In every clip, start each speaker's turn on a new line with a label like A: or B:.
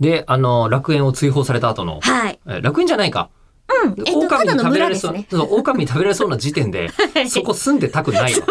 A: で、あの、楽園を追放された後の、
B: はい。
A: え楽園じゃないか。
B: うん。えっと、た
A: 狼
B: だ
A: に食
B: の
A: べら
B: 村
A: れ
B: で
A: そ
B: す
A: う、
B: ね。
A: そう、狼に食べられそうな時点で、
B: はい
A: そこ住んでたくないわ。
B: できれ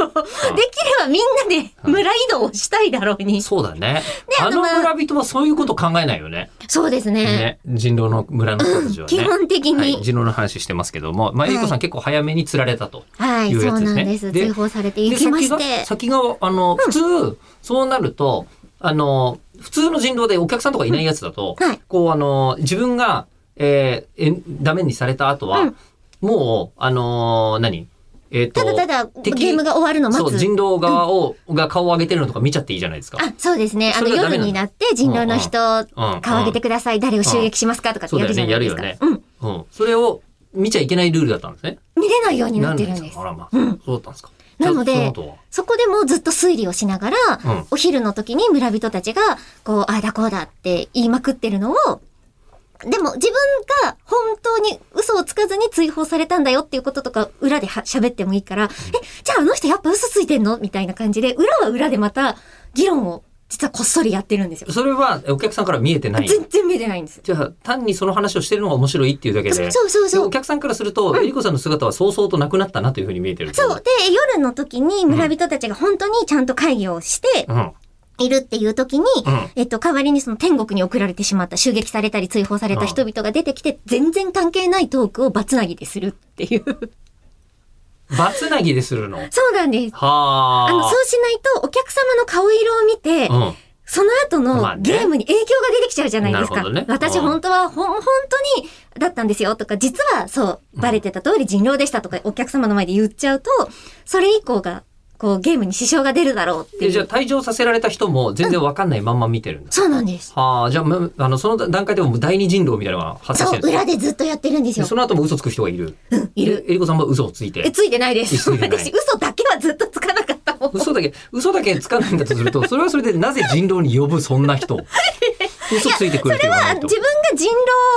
B: ばみんなで村移動をしたいだろうに。
A: そうだね。あ
B: あ
A: の
B: のまあ
A: 村人はそういうこと考えないよね。
B: そうですね。
A: ね。人狼の村の人たちはね。
B: 基本的
A: はい、
B: に。
A: 人狼の話してますけども、まあ、
B: は
A: 英
B: い
A: 子さん結構早めに釣られたと。
B: はい、
A: いう
B: そ
A: やつ
B: う
A: です
B: なん
A: ね
B: です。
A: で
B: 追放されていきまし
A: で
B: て。
A: 先が、先が、あの、普通、そうなると、あの、普通の人狼でお客さんとかいないやつだと、
B: はい
A: こう、あの、自分が、えーえ、ダメにされた後は、
B: うん
A: もう、あの何えっ、と、
B: ただただ、
A: 敵
B: ゲームが終わるの
A: そう、
B: 待つ
A: 人。狼側を、が顔を上げてるのとか見ちゃっていいじゃないですか。
B: あ、そうですね。あ
A: そ
B: の、
A: れがダメ
B: 夜
A: なの
B: になって人狼の人、
A: うんうん
B: 顔上げてください。誰を襲撃しますかとかってやるじゃないですか。
A: そうだよね
B: うん。
A: うん。それを見ちゃいけないルールだったんですね。
B: 見れないようになってるん
A: な
B: です
A: かあ。らまあ、
B: うん
A: そうだったんですか。
B: なので
A: じゃあその後は
B: そこでもうずっと推理をしながら、
A: うん
B: お昼の時に村人たちが、こう、ああだこうだって言いまくってるのを、でも自分が本当に嘘をつかずに追放されたんだよっていうこととか裏では喋ってもいいから、え、じゃああの人やっぱ嘘ついてんのみたいな感じで、裏は裏でまた議論を実はこっそりやってるんですよ。
A: それはお客さんから見えてない。
B: 全然見えてないんです。
A: じゃあ、単にその話をしてるのが面白いっていうだけで。
B: そうそう
A: で
B: そ
A: お
B: う。
A: 客さんからすると、えりこさんの姿は早々となくなったなというふうに見えてる。
B: そう。。で、夜の時に村人たちが本当にちゃんと会議をして
A: うん。
B: いるっていう時に、
A: うん。
B: えっと、代わりにその天国に送られてしまった、襲撃されたり追放された人々が出てきて、全然関係ないトークをバツナギでするって いう。
A: バツナギでするの。は
B: そうなんです。あの、
A: あ。
B: そうしないと、お客様の顔色を見て、その後
A: まあね
B: のゲームに影響が出てきちゃうじゃないで
A: な
B: す
A: る
B: か。
A: ほどね
B: 私
A: うん
B: 本当は、ほん、本当に、だったんですよとか、実はそう、バレてた通り人狼でしたとか、お客様の前で言っちゃうと、それ以降が、こう、ゲームに支障が出るだろう
A: う
B: っ
A: ん。
B: て
A: で、
B: い
A: じゃあ
B: う。
A: 退場させられた人も全然わかんないまんま見てるんだ。
B: そうなんです。
A: はあ、じゃあ、まあの、その段階でももう第二人狼みたいなのが発生し
B: そ
A: てるん
B: う、
A: です
B: 裏
A: ね
B: でずっとやってるんです
A: で
B: よ。
A: その後も嘘つく人がいる。
B: いる。
A: えりこさんも嘘をついて
B: え、。ついてないです。
A: ついてない
B: 私、嘘だけはずっとつかなかったもん。
A: 嘘だけ、嘘だけつかないんだとすると、それはそれでなぜ人狼に呼ぶそんな 人。嘘ついてくるって言わな
B: あ
A: い
B: 自
A: と。
B: 分が人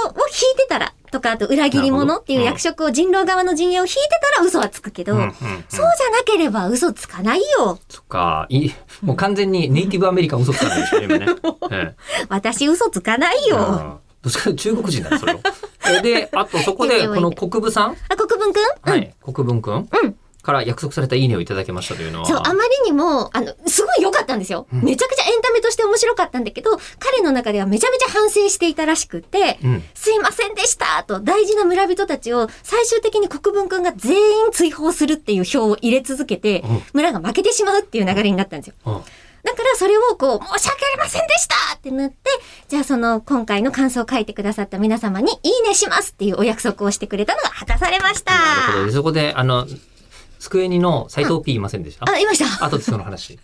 B: 狼を引いてたら、とか、あと、裏切
A: な
B: り
A: るほど
B: 者っていう役職を人狼側の陣営を引いてたら嘘はつくけど、
A: うんうんうん
B: そうじゃなければ嘘つかないよ。
A: そっか、いい、もう完全にネイティブアメリカン嘘つかないでしょ、今 ね。え
B: 私嘘つかない
A: え、
B: よ。
A: うんどっちかというと中国人だね、それを。 えで、あとそこで、この国分さん、
B: あ、国分くん、
A: はい、国分くん、
B: うん
A: から約束されたいいねをいただきましたというのは。
B: そう、あまりにも、あの、すごい良かったんですよ。めちゃくちゃエンタメとして面白かったんだけど、彼の中ではめちゃめちゃ反省していたらしくて、
A: うん
B: すいませんでしたと大事な村人たちを最終的に国分くんが全員追放するっていう票を入れ続けて、
A: うん
B: 村が負けてしまうっていう流れになったんですよ。
A: うん
B: だからそれをこう、申し訳ありませんでしたってなって、じゃあその今回の感想を書いてくださった皆様にいいねしますっていうお約束をしてくれたのが果たされました。
A: なるほど。でそこで、あの、机にの斎藤 P いませんでした、
B: あ、いました。
A: あとでその話。